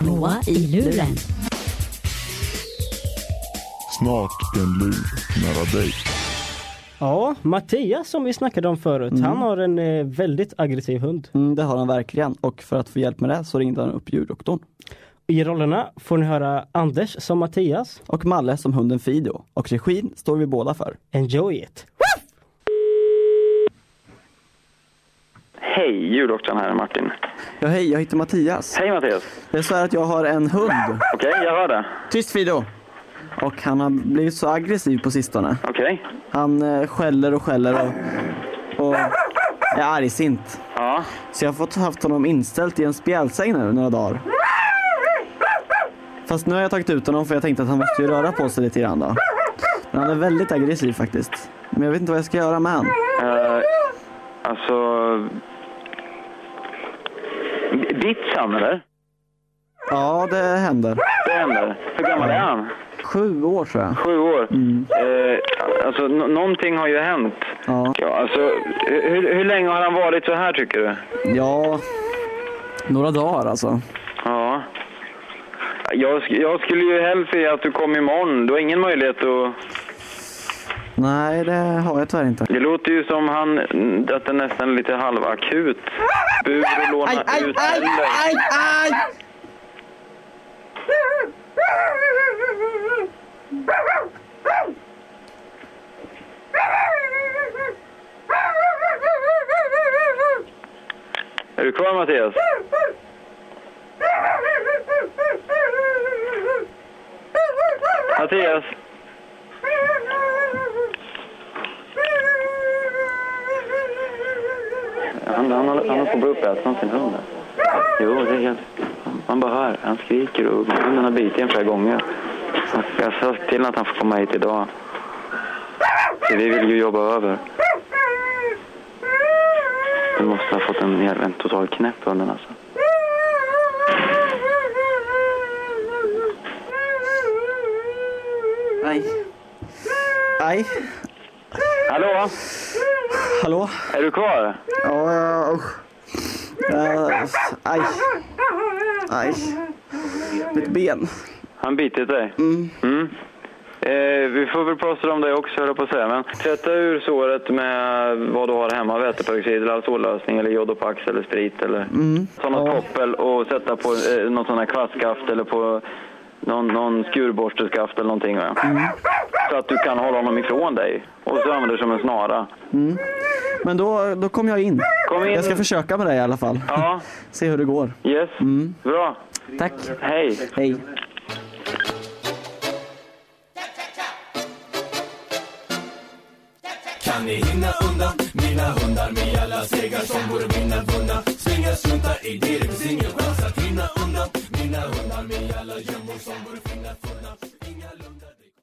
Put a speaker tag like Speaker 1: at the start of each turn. Speaker 1: Moa i luren.
Speaker 2: Snart en lur nära dig.
Speaker 3: Ja, Mattias som vi snackade om förut, han har en eh, väldigt aggressiv hund.
Speaker 4: Mm, det har han verkligen och för att få hjälp med det så ringde han upp djurdoktorn.
Speaker 3: I rollerna får ni höra Anders som Mattias.
Speaker 4: Och Malle som hunden Fido. Och regin står vi båda för.
Speaker 3: Enjoy it!
Speaker 5: Hej, djurdoktorn här, Martin.
Speaker 4: Ja, hej, jag heter Mattias.
Speaker 5: Hej Mattias.
Speaker 4: Det är så här att jag har en hund.
Speaker 5: Okej, jag hör det.
Speaker 4: Tyst Fido! Och han har blivit så aggressiv på sistone.
Speaker 5: Okej.
Speaker 4: Han eh, skäller och skäller och, och är argsint.
Speaker 5: Ja.
Speaker 4: Så jag har fått haft honom inställt i en spjälsäng nu några dagar. Fast nu har jag tagit ut honom för jag tänkte att han måste ju röra på sig lite grann då. Men han är väldigt aggressiv faktiskt. Men jag vet inte vad jag ska göra med han.
Speaker 5: Eh, alltså... D- Ditt son, eller?
Speaker 4: Ja, det händer.
Speaker 5: Det händer. Hur gammal är han?
Speaker 4: Sju år tror jag.
Speaker 5: Sju år? Eh, alltså, nå- någonting har ju hänt.
Speaker 4: Ja,
Speaker 5: Ja, alltså, hur, hur länge har han varit så här, tycker du?
Speaker 4: ja några dagar alltså.
Speaker 5: Ja. Jag, sk- jag skulle ju helst se att du kom imorgon. Du har ingen möjlighet att...
Speaker 4: Nej, det har jag tyvärr inte.
Speaker 5: Det låter ju som han, att det är nästan lite halvakut. Bur och låna
Speaker 4: Aj, aj,
Speaker 5: ut
Speaker 4: aj,
Speaker 5: tänder.
Speaker 4: aj, aj!
Speaker 5: Är du kvar Mattias? Mattias? Han, han, håller- han håller på att bli uppäten av sin hund. Jo, det är helt... Man bara hör. Han skriker och hunden har bitit en flera gånger. Så Jag sa till att han får komma hit idag. För vi vill ju jobba över. Du måste ha fått en, jävla- en total knäpp hunden alltså.
Speaker 4: Aj. Aj.
Speaker 5: Hallå?
Speaker 4: Hallå?
Speaker 5: Är du kvar?
Speaker 4: Ja, ja, usch. Äh, aj. Aj. Mitt ben.
Speaker 5: Han bitit dig? Mm. Eh, vi får väl prata om det också, höll jag på att säga. Men tvätta ur såret med vad du har hemma. Väteperoxid, eller alkohollösning, eller jodopax eller sprit eller mm. sådana koppel och sätta på eh, någon sån här kvastskaft eller på någon, någon skurborsteskaft eller någonting. Va? Så att du kan hålla honom ifrån dig. Och så använder du som en snara.
Speaker 4: Men då, då kom jag in.
Speaker 5: Kom in.
Speaker 4: Jag ska försöka med det i alla fall.
Speaker 5: Ja,
Speaker 4: Se hur det går.
Speaker 5: yes. Bra.
Speaker 4: Tack.
Speaker 5: Hej.
Speaker 4: Hej.
Speaker 6: Kan ni hinna undan mina hundar med alla segrar som borde vinna vunna? Svinga, strunta i det, det finns inget